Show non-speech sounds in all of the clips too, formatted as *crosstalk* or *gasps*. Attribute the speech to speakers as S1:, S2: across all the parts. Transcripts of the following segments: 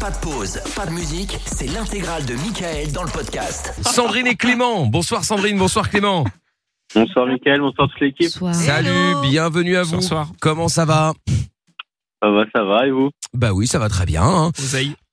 S1: Pas de pause, pas de musique, c'est l'intégrale de Michael dans le podcast.
S2: Sandrine et Clément. Bonsoir Sandrine, bonsoir Clément.
S3: Bonsoir Mickaël, bonsoir toute l'équipe.
S4: Soir.
S2: Salut, bienvenue à vous.
S5: Bonsoir.
S2: Comment ça va
S3: Ça va, ça va, et vous
S2: Bah oui, ça va très bien. hein.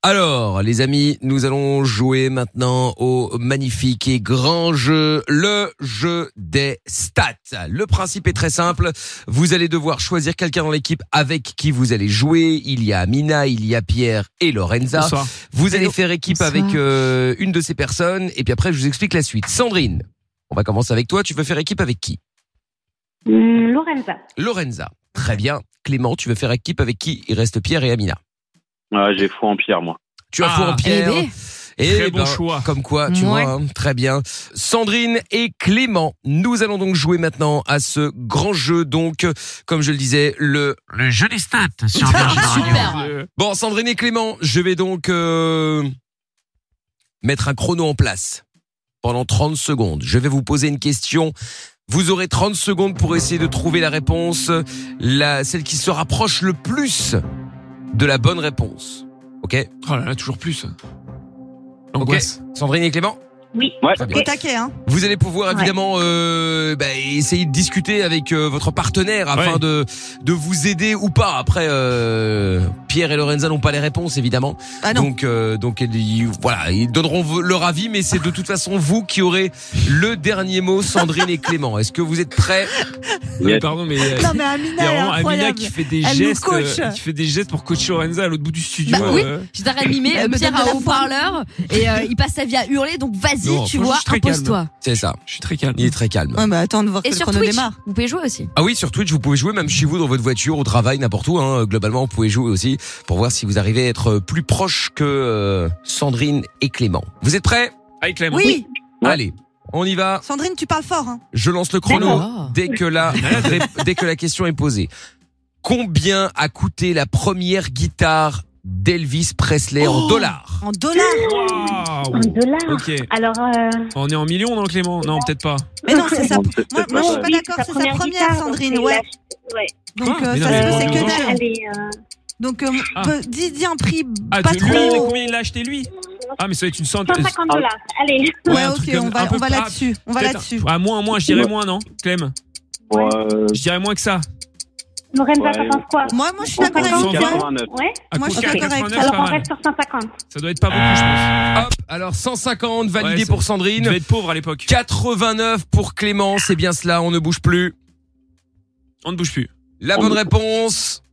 S2: Alors, les amis, nous allons jouer maintenant au magnifique et grand jeu, le jeu des stats. Le principe est très simple. Vous allez devoir choisir quelqu'un dans l'équipe avec qui vous allez jouer. Il y a Amina, il y a Pierre et Lorenza.
S5: Bonsoir.
S2: Vous allez faire équipe
S4: Bonsoir.
S2: avec euh, une de ces personnes et puis après je vous explique la suite. Sandrine, on va commencer avec toi. Tu veux faire équipe avec qui
S6: Hmm, Lorenza.
S2: Lorenza. Très bien. Clément, tu veux faire équipe avec qui Il reste Pierre et Amina.
S3: Ah, J'ai foi en pierre, moi.
S2: Tu as
S5: Ah.
S2: foi en Pierre.
S4: Eh ben,
S2: Et
S5: Très bon choix.
S2: Comme quoi, tu
S4: Ouais.
S2: vois, hein, très bien. Sandrine et Clément, nous allons donc jouer maintenant à ce grand jeu. Donc, comme je le disais, le le jeu des stats sur
S4: Virgin Radio. Super.
S5: Euh,
S2: Bon, Sandrine et Clément, je vais donc euh, mettre un chrono en place pendant 30 secondes. Je vais vous poser une question. Vous aurez 30 secondes pour essayer de trouver la réponse, la, celle qui se rapproche le plus de la bonne réponse. Ok
S5: Oh là là, toujours plus. L'angoisse.
S2: Sandrine et Clément
S6: Oui.
S3: Ouais.
S2: Très bien.
S7: Au taquet, hein.
S2: Vous allez pouvoir
S6: Ouais.
S2: évidemment euh, bah, essayer de discuter avec euh, votre partenaire afin
S5: Ouais.
S2: de de vous aider ou pas. Après, euh, Pierre et Lorenza n'ont pas les réponses évidemment,
S7: Ah non.
S2: donc euh, donc ils, voilà, ils donneront vo- leur avis, mais c'est de toute façon vous qui aurez le dernier mot, Sandrine et Clément. Est-ce que vous êtes prêts
S5: Non, mais
S3: Yes.
S5: pardon, mais euh,
S7: Non, mais
S5: il y
S7: Amina,
S5: a
S7: elle est
S5: vraiment Amina
S7: incroyable.
S5: qui fait des
S7: Elle nous
S5: gestes,
S7: coach.
S5: euh, qui fait des gestes pour coacher Lorenza à l'autre bout du studio.
S4: Bah oui.
S5: euh.
S4: Je t'arrête de mimer,
S7: Elle me
S4: Pierre
S7: donne de
S4: a
S7: la
S4: haut-parleur et euh, il passe sa vie à hurler, donc vas-y,
S5: Non,
S4: tu
S5: faut
S4: vois,
S5: juste très
S4: impose-toi.
S2: C'est ça.
S5: Je suis très calme.
S2: Il est très calme.
S7: Ouais, mais attends de voir que
S4: Et
S7: le
S4: sur
S7: chrono
S4: Twitch,
S7: démarre.
S4: vous pouvez jouer aussi.
S2: Ah oui, sur Twitch, vous pouvez jouer même chez vous, dans votre voiture, au travail, n'importe où. Hein. Globalement, vous pouvez jouer aussi pour voir si vous arrivez à être plus proche que euh, Sandrine et Clément. Vous êtes prêts
S5: Allez, Clem.
S7: Oui,
S3: Ouais.
S2: Allez, on y va.
S7: Sandrine, tu parles fort. Hein.
S2: Je lance le chrono *laughs* dès que la ré- dès que la question est posée. Combien a coûté la première guitare d'Elvis Presley en
S7: Oh.
S2: dollars
S7: En dollars.
S5: Waouh.
S6: En dollars.
S5: Ok.
S6: Alors, euh,
S5: On est en millions, non, Clément Non, peut-être pas.
S7: Mais non, c'est ça.
S3: Non, c'est
S7: Moi,
S3: peut-être
S7: moi, je suis
S3: pas-
S7: pas d'accord, c'est sa première,
S6: guitare, donc
S7: Sandrine.
S6: c'est
S7: Ouais.
S6: la- ouais.
S7: Donc,
S5: Quoi
S7: euh,
S5: Ah, Mais non,
S7: ça se
S5: mais
S7: peut,
S5: bon,
S7: c'est
S5: deux
S7: que
S5: ans.
S7: dalle.
S6: Elle est, euh,
S7: Donc, euh,
S5: Ah.
S7: peu- dis, dis un prix
S5: Ah,
S7: pas
S5: de lui, mais
S7: trop.
S5: combien il l'a acheté, lui Ah, mais ça va être une centaine.
S6: 150 dollars. Allez.
S5: Ouais,
S7: Ouais,
S5: un
S7: ok,
S5: truc comme-
S7: on
S5: un
S7: va,
S5: peu
S7: on va
S5: plus-
S7: là-dessus. On va
S5: Peut-être
S7: là-dessus.
S5: un- Ah, moins, moins, je dirais moins, non, Clem
S3: Bon, euh,
S5: Je dirais moins que ça.
S6: Lorenza,
S3: Ouais.
S6: t'en penses quoi
S7: Moi, moi, je suis d'accord avec
S5: Cent vingt.
S7: toi. Oh,
S3: 189.
S6: Ouais.
S5: À
S7: Moi, je suis
S5: Coca,
S7: d'accord avec
S5: 89,
S7: toi.
S5: c'est
S6: Alors,
S5: pas
S6: on
S5: mal.
S6: reste sur 150.
S5: Ça doit être pas beaucoup, je
S2: Hop, alors 150 validé
S5: Ah. Ouais, ça-
S2: pour
S5: pense. Il
S2: Sandrine,
S5: devait être pauvre à l'époque.
S2: 89 pour Clément, c'est bien cela, on ne bouge plus.
S5: On ne bouge plus.
S2: La bonne réponse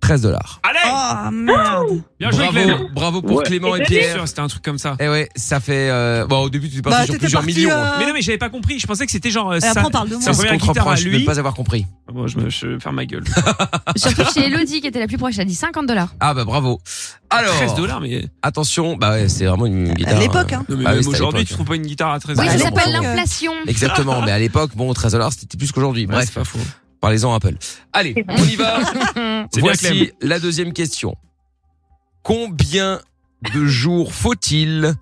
S2: 13 dollars.
S5: Allez
S7: Oh merde.
S5: Ah, Bien joué, Clem
S2: Bravo, bravo pour
S3: Ouais.
S2: Clément et
S6: Et
S5: Bien
S2: Pierre.
S5: sûr, c'était un truc comme ça.
S2: Eh ouais, ça fait euh, bon au début tu es parti
S7: Bah,
S2: sur
S7: t'étais
S2: plusieurs
S7: parti.
S2: millions. hein.
S7: euh,
S5: Mais non, mais j'avais pas compris. Je pensais que c'était genre euh,
S7: et
S5: ça.
S7: Après, on parle de
S5: ça
S7: moi.
S2: C'est ce
S5: première
S2: qu'on te
S5: guitare à
S2: reproche de
S5: lui.
S2: ne pas avoir compris.
S5: Ah, Bon, je me je vais faire ma gueule.
S4: Oh. Surtout que chez Elodie qui était la plus proche, elle a dit 50 dollars.
S2: Ah bah bravo. *laughs* Alors,
S5: 13 dollars, mais.
S2: attention, bah ouais, c'est vraiment une guitare.
S7: À l'époque, hein.
S5: Non, mais
S2: Ah oui,
S5: même
S2: c'était à
S5: aujourd'hui,
S2: l'époque.
S5: tu trouves pas une guitare à 13
S4: Oui,
S2: Ouais,
S4: ça
S2: non,
S4: s'appelle
S2: bon.
S5: *laughs*
S4: l'inflation.
S2: Exactement, mais à l'époque, bon, 13 dollars, c'était plus qu'aujourd'hui.
S5: Bref,
S2: Bref,
S5: c'est pas faux. *gasps*
S2: parlez-en à Apple. Allez, on y va.
S5: C'est bien,
S2: Voici
S5: Clem.
S2: la deuxième question. Combien de jours faut-il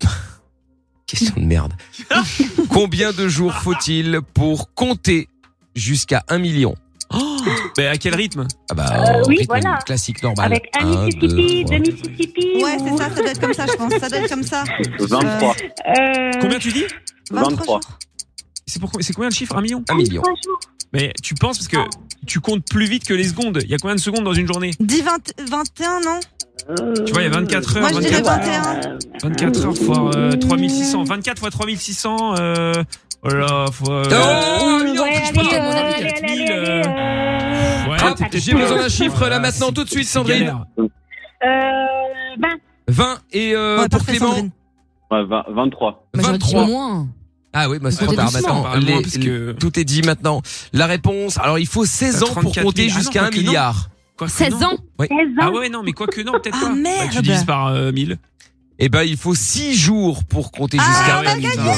S2: *laughs* Question de merde. Combien de jours faut-il pour compter jusqu'à 1 million
S5: Mais à quel rythme
S2: Ah bah,
S6: Euh,
S2: au
S6: oui,
S2: rythme
S6: voilà.
S2: classique normal.
S6: Avec un
S2: Un,
S6: Mississippi,
S2: deux,
S6: deux
S2: trois.
S6: Mississippi.
S7: Ouais, c'est
S6: ou-
S7: ça, ça doit être comme ça, je pense. Ça doit être comme ça.
S3: 23.
S6: Euh,
S5: Combien tu dis
S3: 23.
S7: jours.
S5: C'est pour c'est combien le chiffre Un million
S2: 1 million.
S6: trois jours.
S5: Mais tu penses parce que tu comptes plus vite que les secondes. Il y a combien de secondes dans une journée
S7: 10, 20, 21, non
S6: Euh,
S5: Tu vois, il y a 24 heures.
S7: Moi, je dirais
S5: 24 heures.
S7: 21.
S5: 24 heures fois euh, 3600. 24 fois 3600. Euh... Oh là, fois.
S2: Oh,
S5: euh,
S2: un million,
S6: Ouais,
S2: touche
S6: allez,
S2: pas.
S6: euh,
S5: mon avis,
S6: allez, allez,
S5: 4000,
S6: allez, allez, euh,
S5: Ouais,
S2: Hop,
S5: peut-être
S2: j'ai
S5: pas.
S2: besoin d'un chiffre, là,
S5: Voilà,
S2: maintenant,
S5: c'est-
S2: tout de suite,
S5: c'est
S2: Sandrine.
S5: galère.
S6: Euh, ben,
S2: 20 et euh,
S7: Ouais,
S2: pour
S7: parfait,
S2: Clément,
S7: Sandrine.
S3: Ouais, 20 23.
S4: Bah, j'aurais dit
S2: 23.
S4: moins.
S2: Ah oui, bah, c'est
S4: Faut
S2: trop tard
S4: doucement,
S2: maintenant.
S5: Apparemment,
S2: Les-
S5: parce
S2: les-
S5: que.
S2: Tout est dit maintenant. La réponse, alors il faut 16 ans pour
S5: 34 000.
S2: compter
S5: Ah non,
S2: jusqu'à
S5: quoi
S2: 1
S5: que non.
S2: milliard.
S5: quoi que
S4: 16
S5: non.
S4: ans.
S6: 16
S5: Ah
S6: ans.
S5: ouais, non, mais quoi que non, peut-être
S7: Ah,
S5: pas. Bah, tu
S7: merde.
S5: divises par euh, 1000.
S2: Eh ben, il faut 6 jours pour compter
S7: Ah,
S2: jusqu'à
S7: on a
S2: 1 milliard.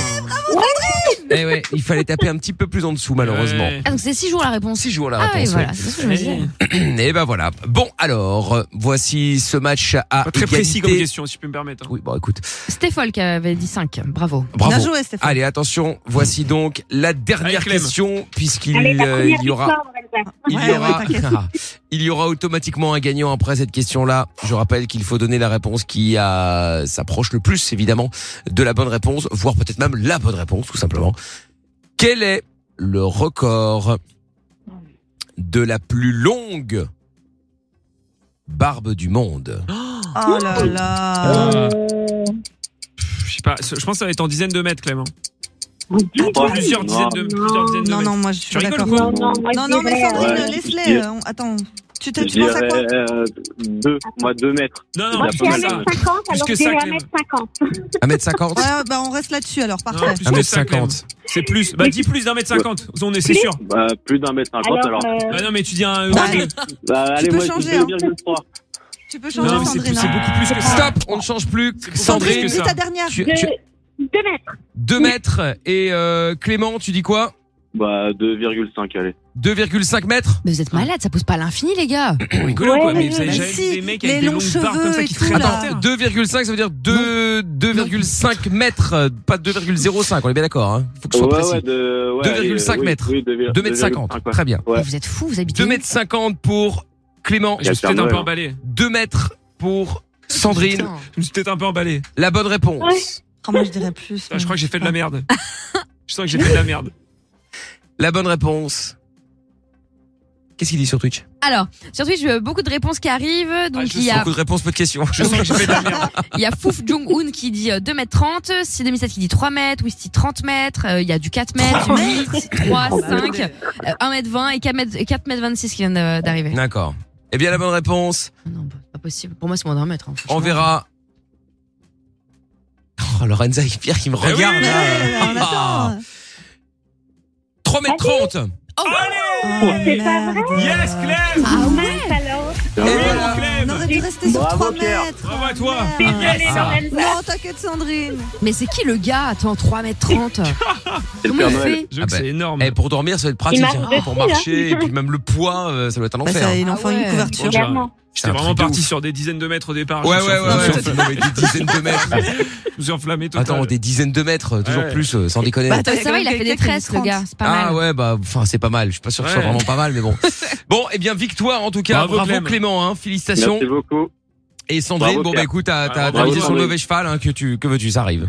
S2: Eh ouais, il fallait taper un petit peu plus en dessous, malheureusement.
S5: Ouais.
S4: Ah, donc c'est 6 jours la réponse.
S2: 6 jours la
S4: ah oui,
S2: réponse. *clears throat*
S4: voilà, c'est ce que je me disais.
S2: Et ben voilà. Bon, alors, euh, voici ce match à
S5: Pas très précis
S2: Ah, égalité.
S5: comme question, si je peux me permettre. hein.
S2: Oui, bon, écoute.
S4: Stéphane qui avait dit 5. Bravo.
S2: Bravo.
S7: Bien joué, Stéphane.
S2: Allez, attention, voici donc la dernière
S5: Allez, Clem.
S2: question, puisqu'il
S6: Allez, ta
S2: euh,
S6: première
S2: il y aura...
S6: victoire, Valzac.
S2: Il,
S7: Ouais,
S2: y
S7: ouais,
S2: aura,
S7: t'inquiète.
S2: *laughs* il y aura automatiquement un gagnant après cette question-là. Je rappelle qu'il faut donner la réponse qui euh, s'approche le plus, évidemment, de la bonne réponse, voire peut-être même la bonne réponse, tout simplement. Quel est le record de la plus longue barbe du monde
S7: Oh là là.
S5: Euh,
S6: Euh,
S5: je sais pas, je pense que ça va être en dizaines de mètres, Clément.
S6: vous dites-
S7: Attends,
S5: Plusieurs dizaines de, plusieurs dizaines de
S7: Oh, Non,
S5: mètres.
S7: non, moi je
S5: Tu
S7: suis
S5: rigoles
S7: d'accord.
S5: ou quoi
S6: Non, non, moi,
S7: Non,
S6: je
S7: non, mais
S6: dirais,
S7: Sandrine,
S6: euh,
S3: Ouais.
S7: laisse-les. euh, on- Attends, tu, te,
S3: Je
S7: tu penses à
S3: dirais
S5: *laughs*
S7: quoi
S3: euh, deux, moi deux mètres.
S5: Non, non,
S6: Moi,
S5: plus
S6: je
S5: que
S6: suis
S5: ça.
S6: 1m50,
S5: Plus
S6: alors
S5: que
S6: je
S5: ça,
S6: dirais
S5: Clem.
S6: 1m50.
S2: 1m50
S7: Ouais, bah on reste là-dessus alors,
S5: Non,
S7: parfait.
S5: plus que ça, Clem.
S2: 1m50
S5: C'est plus. Bah, dis plus d'un mètre cinquante. On est, c'est
S6: Plus
S5: sûr.
S3: Bah, plus d'un mètre cinquante alors.
S6: euh,
S5: Ah non, mais tu dis un.
S7: Bah,
S5: un-
S7: allez.
S3: Bah, allez,
S7: peux
S3: moi
S7: changer,
S3: je
S7: hein.
S3: dis 2,3.
S7: Tu peux changer
S5: Non, mais c'est
S7: Sandrine.
S5: plus- c'est
S7: hein.
S5: beaucoup plus que ça.
S2: Stop, on ne change plus.
S5: plus
S2: Sandrine,
S5: que
S7: Sandrine,
S5: ça.
S7: c'est ta dernière.
S2: tu, tu,
S6: deux- deux mètres.
S2: 2 mètres et euh, Clément, tu dis quoi
S3: Bah, 2,5, allez.
S2: 2,5 mètres
S4: Mais vous
S5: Ah.
S4: êtes malade, ça pousse pas à l'infini, les gars.
S5: On rigole ou quoi,
S6: Ouais,
S5: mais vous avez
S7: mais
S5: jamais
S7: si,
S5: vu des mecs
S7: les
S5: avec des
S7: longs
S5: longues barres comme
S7: cheveux
S5: ça
S7: et
S5: qui
S7: tout,
S5: traînent
S7: là.
S5: par terre.
S2: 2,5 ça veut dire 2 2,5 mètres, euh, pas 2,05, on est bien d'accord hein. Faut que ce soit
S3: Ouais,
S2: précis.
S3: ouais, de, ouais,
S2: 2,5
S3: oui,
S2: mètres.
S3: Oui, 2,
S2: 2 mètres 50. Très bien.
S3: Ouais.
S4: Mais vous êtes fous, vous habitez.
S2: 2
S4: où
S2: mètres 50 pour Clément,
S5: Je me suis peut-être un peu emballé.
S2: 2 mètres pour Sandrine.
S4: Putain.
S5: Je me suis peut-être un peu emballé.
S2: La bonne
S6: Ouais.
S2: réponse.
S7: Oh, moi je dirais plus.
S5: Ah, Je crois que j'ai fait de la merde. Je sens que j'ai fait de la merde.
S2: La bonne réponse. Qu'est-ce qu'il dit sur Twitch
S4: Alors, sur Twitch, euh, beaucoup de réponses qui arrivent.
S5: Ah,
S4: Donc,
S5: je
S4: il y a
S2: Beaucoup de réponses, peu de questions.
S5: Je sens que j'ai fait de la merde.
S4: Il y a Fouf Jong-un qui dit euh, 2m30, 62007 qui dit 3 mètres, Wisty 30 mètres, euh, il y a du 4 mètres, 8, 3, 5, 1m20 et 4m26 qui viennent euh,
S2: *laughs*
S4: d'arriver.
S2: D'accord. Eh bien la bonne réponse,
S4: Non, bah, c'est pas possible. Pour moi, c'est moins d'un mètre. hein, franchement.
S2: on verra. Oh, Lorenza et Pierre qui me
S5: Eh oui,
S2: regardent.
S7: Mais ouais, on
S2: Ah.
S7: attend. Oh,
S2: 3 mètres 30.
S6: C'est
S7: Oh,
S6: pas
S7: merde.
S5: Yes, Clem
S4: Ah ouais
S6: Mince, alors.
S2: Et
S5: Oui,
S7: Euh,
S2: voilà.
S5: mon
S7: On
S5: Clem
S7: aurait dû rester sur
S3: Bravo,
S7: 3
S3: Pierre.
S7: mètres.
S5: Bravo à toi.
S2: Yes.
S7: Merde.
S6: Allez,
S2: Ah.
S6: Lorenza.
S7: Non, t'inquiète Sandrine.
S4: Mais c'est qui le gars
S2: *laughs*
S4: Attends, 3m30
S3: C'est le
S4: Comment
S3: Père
S4: il
S3: Noël.
S4: fait
S5: Je
S2: Ah
S5: veux que
S2: bah,
S5: c'est énorme.
S2: Eh, pour dormir, ça va être pratique.
S6: Il marche
S2: hein.
S6: dessus,
S2: Pour
S6: hein.
S2: marcher, et puis même le poids, euh, ça doit être un
S7: Bah,
S2: enfer.
S7: ça,
S2: hein.
S7: il en
S4: Ah
S7: faut une
S4: ouais.
S7: couverture.
S5: Clairement.
S6: Clairement.
S5: J'étais
S2: un
S5: vraiment
S2: truc de
S5: parti
S2: ouf.
S5: sur des dizaines de mètres au départ.
S2: Ouais, ouais,
S5: Je me suis
S2: ouais,
S5: enflammé.
S2: ouais, on fait des dizaines de mètres.
S5: Je me suis enflammé total.
S2: Attends, des dizaines de mètres, toujours
S5: Ouais.
S2: plus, euh, sans déconner.
S7: Bah, attends,
S4: Ça va,
S7: quand
S4: il a
S7: même
S4: fait des
S7: quelqu'un qui dit
S4: tresses, le
S7: 30.
S4: gars. C'est pas
S2: ah
S4: mal.
S2: ouais, bah, enfin, c'est pas mal. Je suis pas sûr que ce soit
S5: Ouais.
S2: vraiment pas mal, mais bon. Bon, eh bien, victoire en tout cas. Bravo,
S5: Bravo, Clem.
S2: Clément, hein, félicitations.
S3: Merci beaucoup.
S2: Et Sandrine,
S3: Bravo,
S2: bon, bah
S3: Pierre.
S2: écoute, t'as t'as-
S5: Ah,
S2: t'as
S5: bravo,
S2: misé sur le
S3: Sandrine.
S2: mauvais cheval, hein, que tu, que veux-tu, ça arrive.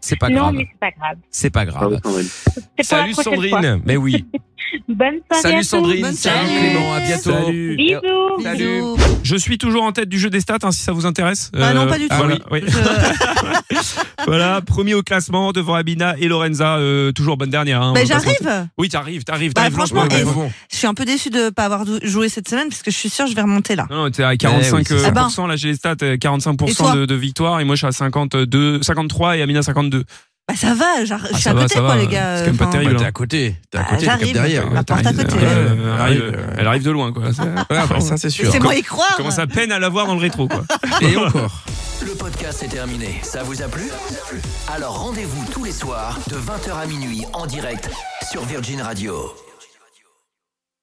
S2: C'est pas
S6: Non,
S2: grave.
S6: mais c'est pas grave.
S2: C'est pas
S3: Bravo,
S2: grave.
S3: Sandrine.
S6: C'est pour la
S2: Salut
S6: prochaine fois.
S2: Sandrine. Mais oui.
S6: Bonne soirée. à
S2: Salut
S6: tous.
S2: Sandrine.
S7: Bonne
S2: Salut
S7: soirée.
S2: Clément. À bientôt.
S5: Salut.
S6: Bisous.
S2: Salut.
S7: Bisous.
S5: Je suis toujours en tête du jeu des stats, hein, si ça vous intéresse.
S7: Ah non, pas du tout.
S5: Voilà, oui. *laughs*
S7: Je-
S5: Voilà, premier au classement devant Abina et Lorenza, euh, toujours bonne dernière. hein, on
S7: Bah,
S5: va pas se mentir.
S7: j'arrive.
S5: Oui, t'arrives, t'arrives,
S7: Bah,
S5: t'arrives.
S7: franchement,
S5: lentement,
S7: et-
S5: mais bon.
S7: Je suis un peu déçu de pas avoir dou- joué cette semaine parce que je suis sûre que je vais remonter là.
S5: Non, t'es à
S2: Eh oui,
S5: 45
S2: c'est ça.
S5: euh, pour cent, là j'ai les stats, euh,
S7: Eh ben, Et
S5: 45%
S7: toi
S5: de, de victoire et moi je suis à 52, 53 et Amina 52.
S7: Bah ça va, j'ar- je suis
S5: Ah, ça
S7: à
S5: va,
S7: côté
S5: ça
S7: quoi
S5: va.
S7: les gars.
S5: C'est quand même pas
S7: Enfin,
S5: terrible.
S2: Bah, t'es à côté. T'es à
S7: Bah,
S2: côté, t'es
S7: j'arrive.
S2: cap derrière. euh,
S7: Ma porte à côté.
S5: Elle
S7: ouais. Ah.
S5: arrive, elle euh, arrive,
S2: Ouais, ouais.
S5: elle arrive de loin quoi. Ça-
S2: ouais.
S5: ça c'est sûr.
S7: C'est hein.
S5: Com-
S7: moi y croire.
S5: Commence à peine à l'avoir dans le rétro quoi.
S2: Et encore.
S1: Le podcast est terminé. Ça vous a plu Alors rendez-vous tous les soirs de 20h à minuit en direct sur Virgin Radio.